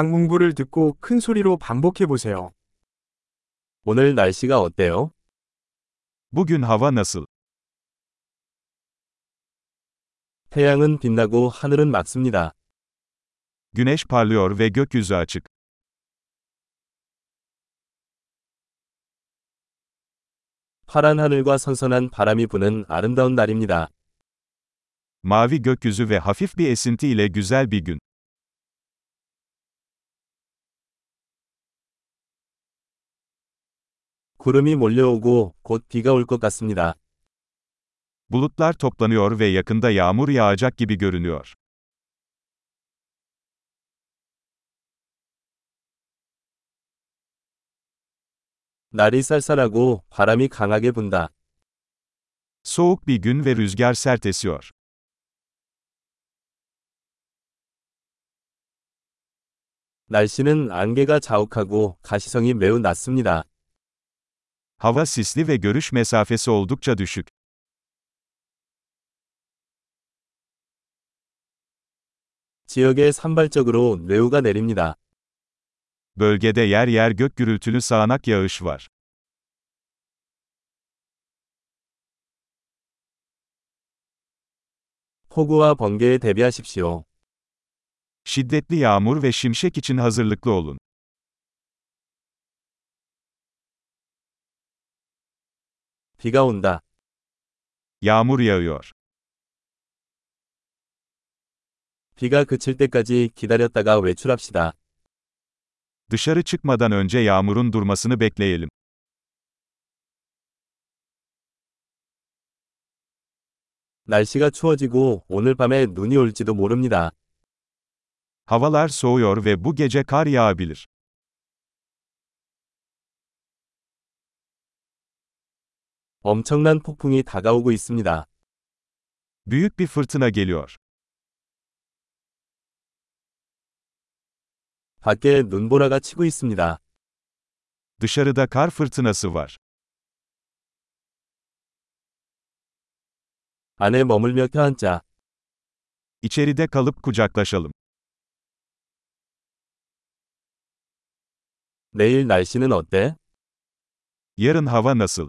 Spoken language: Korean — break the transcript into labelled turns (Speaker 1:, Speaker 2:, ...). Speaker 1: 강문부를 듣고 큰 소리로 반복해 보세요.
Speaker 2: 오늘 날씨가 어때요?
Speaker 3: Bugün hava nasıl?
Speaker 2: 태양은 빛나고 하늘은 맑습니다.
Speaker 3: Güneş parlıyor ve gökyüzü açık.
Speaker 2: 파란 하늘과 선선한 바람이 부는 아름다운 날입니다.
Speaker 3: Mavi gökyüzü ve hafif bir esinti ile güzel bir gün.
Speaker 2: 구름이 몰려오고 곧 비가 올 것 같습니다.
Speaker 3: Bulutlar toplanıyor ve yakında yağmur yağacak gibi görünüyor.
Speaker 2: 날이 쌀쌀하고 바람이 강하게 분다.
Speaker 3: Soğuk bir gün ve rüzgar sert esiyor.
Speaker 2: 날씨는 안개가 자욱하고 가시성이 매우 낮습니다.
Speaker 3: Hava sisli ve görüş mesafesi oldukça düşük.
Speaker 2: 지역에 산발적으로 뇌우가 내립니다.
Speaker 3: Bölgede yer yer gök gürültülü sağanak yağış var.
Speaker 2: 폭우와 번개에 대비하십시오.
Speaker 3: Şiddetli yağmur ve şimşek için hazırlıklı olun.
Speaker 2: 비가 온다.
Speaker 3: Yağmur yağıyor.
Speaker 2: 비가 그칠 때까지 기다렸다가 외출합시다.
Speaker 3: Dışarı çıkmadan önce yağmurun durmasını bekleyelim.
Speaker 2: 날씨가 추워지고 오늘 밤에 눈이 올지도 모릅니다.
Speaker 3: Havalar soğuyor ve bu gece kar yağabilir.
Speaker 2: 엄청난 폭풍이 다가오고 있습니다.
Speaker 3: Büyük bir fırtına geliyor.
Speaker 2: 밖에 눈보라가 치고 있습니다.
Speaker 3: Dışarıda kar fırtınası var.
Speaker 2: 안에 머물며 껴앉자.
Speaker 3: İçeride kalıp kucaklaşalım.
Speaker 2: 내일 날씨는 어때?
Speaker 3: Yarın hava nasıl?